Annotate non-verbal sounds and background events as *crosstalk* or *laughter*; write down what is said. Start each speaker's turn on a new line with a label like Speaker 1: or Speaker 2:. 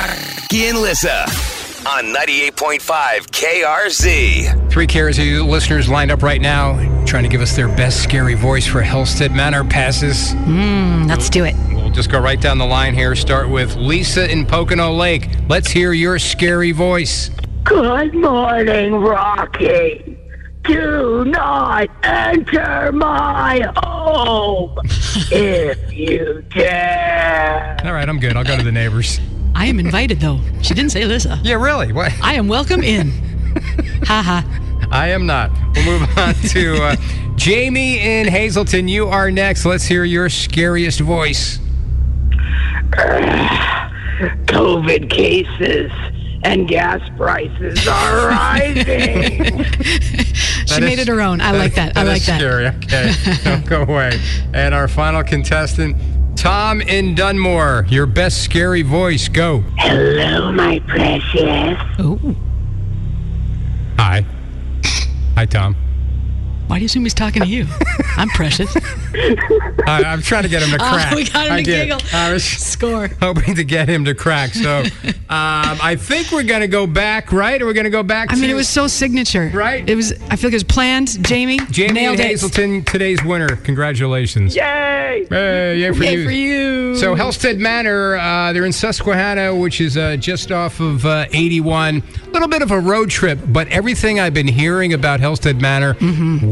Speaker 1: Rocky and Lissa on 98.5 KRZ.
Speaker 2: Three KRZ listeners lined up right now, trying to give us their best scary voice for Helsted Manor passes.
Speaker 3: Let's do it.
Speaker 2: We'll just go right down the line here. Start with Lisa in Pocono Lake. Let's hear your scary voice.
Speaker 4: Good morning, Rocky. Do not enter my *laughs* home if you dare.
Speaker 2: All right, I'm good. I'll go to the neighbors.
Speaker 3: I am invited though. She didn't say Lissa.
Speaker 2: Yeah, really? What?
Speaker 3: I am welcome *laughs* in. ha ha.
Speaker 2: I am not. We'll move *laughs* on to uh, Jamie in Hazleton. You are next. Let's hear your scariest voice.
Speaker 4: COVID cases and gas prices *laughs* are rising. *laughs*
Speaker 3: she made it her own. I like that. I like
Speaker 2: is
Speaker 3: that.
Speaker 2: Scary. Okay, don't go away. And our final contestant, Tom in Dunmore. Your best scary voice. Go.
Speaker 4: Hello, my precious.
Speaker 3: Oh,
Speaker 2: Hi. Hi, Tom.
Speaker 3: why do you assume he's talking to *laughs* you? I'm precious.
Speaker 2: I, I'm trying to get him to
Speaker 3: *laughs* Oh,
Speaker 2: crack.
Speaker 3: we got him
Speaker 2: I
Speaker 3: to
Speaker 2: did.
Speaker 3: giggle.
Speaker 2: I was *laughs*
Speaker 3: Score.
Speaker 2: hoping to get him to crack. So um, I think we're going to go back, right? Or we're going to go back
Speaker 3: I
Speaker 2: to
Speaker 3: mean, it was so signature.
Speaker 2: Right.
Speaker 3: It was. I feel like it was planned. Jamie.
Speaker 2: Jamie
Speaker 3: nailed
Speaker 2: and
Speaker 3: it.
Speaker 2: Hazelton, today's winner. Congratulations.
Speaker 4: Yay!
Speaker 2: Hey, yay for
Speaker 3: Yay
Speaker 2: you.
Speaker 3: for you.
Speaker 2: So Halstead Manor, uh, they're in Susquehanna, which is uh, just off of uh, 81. A little bit of a road trip, but everything I've been hearing about Halstead Manor,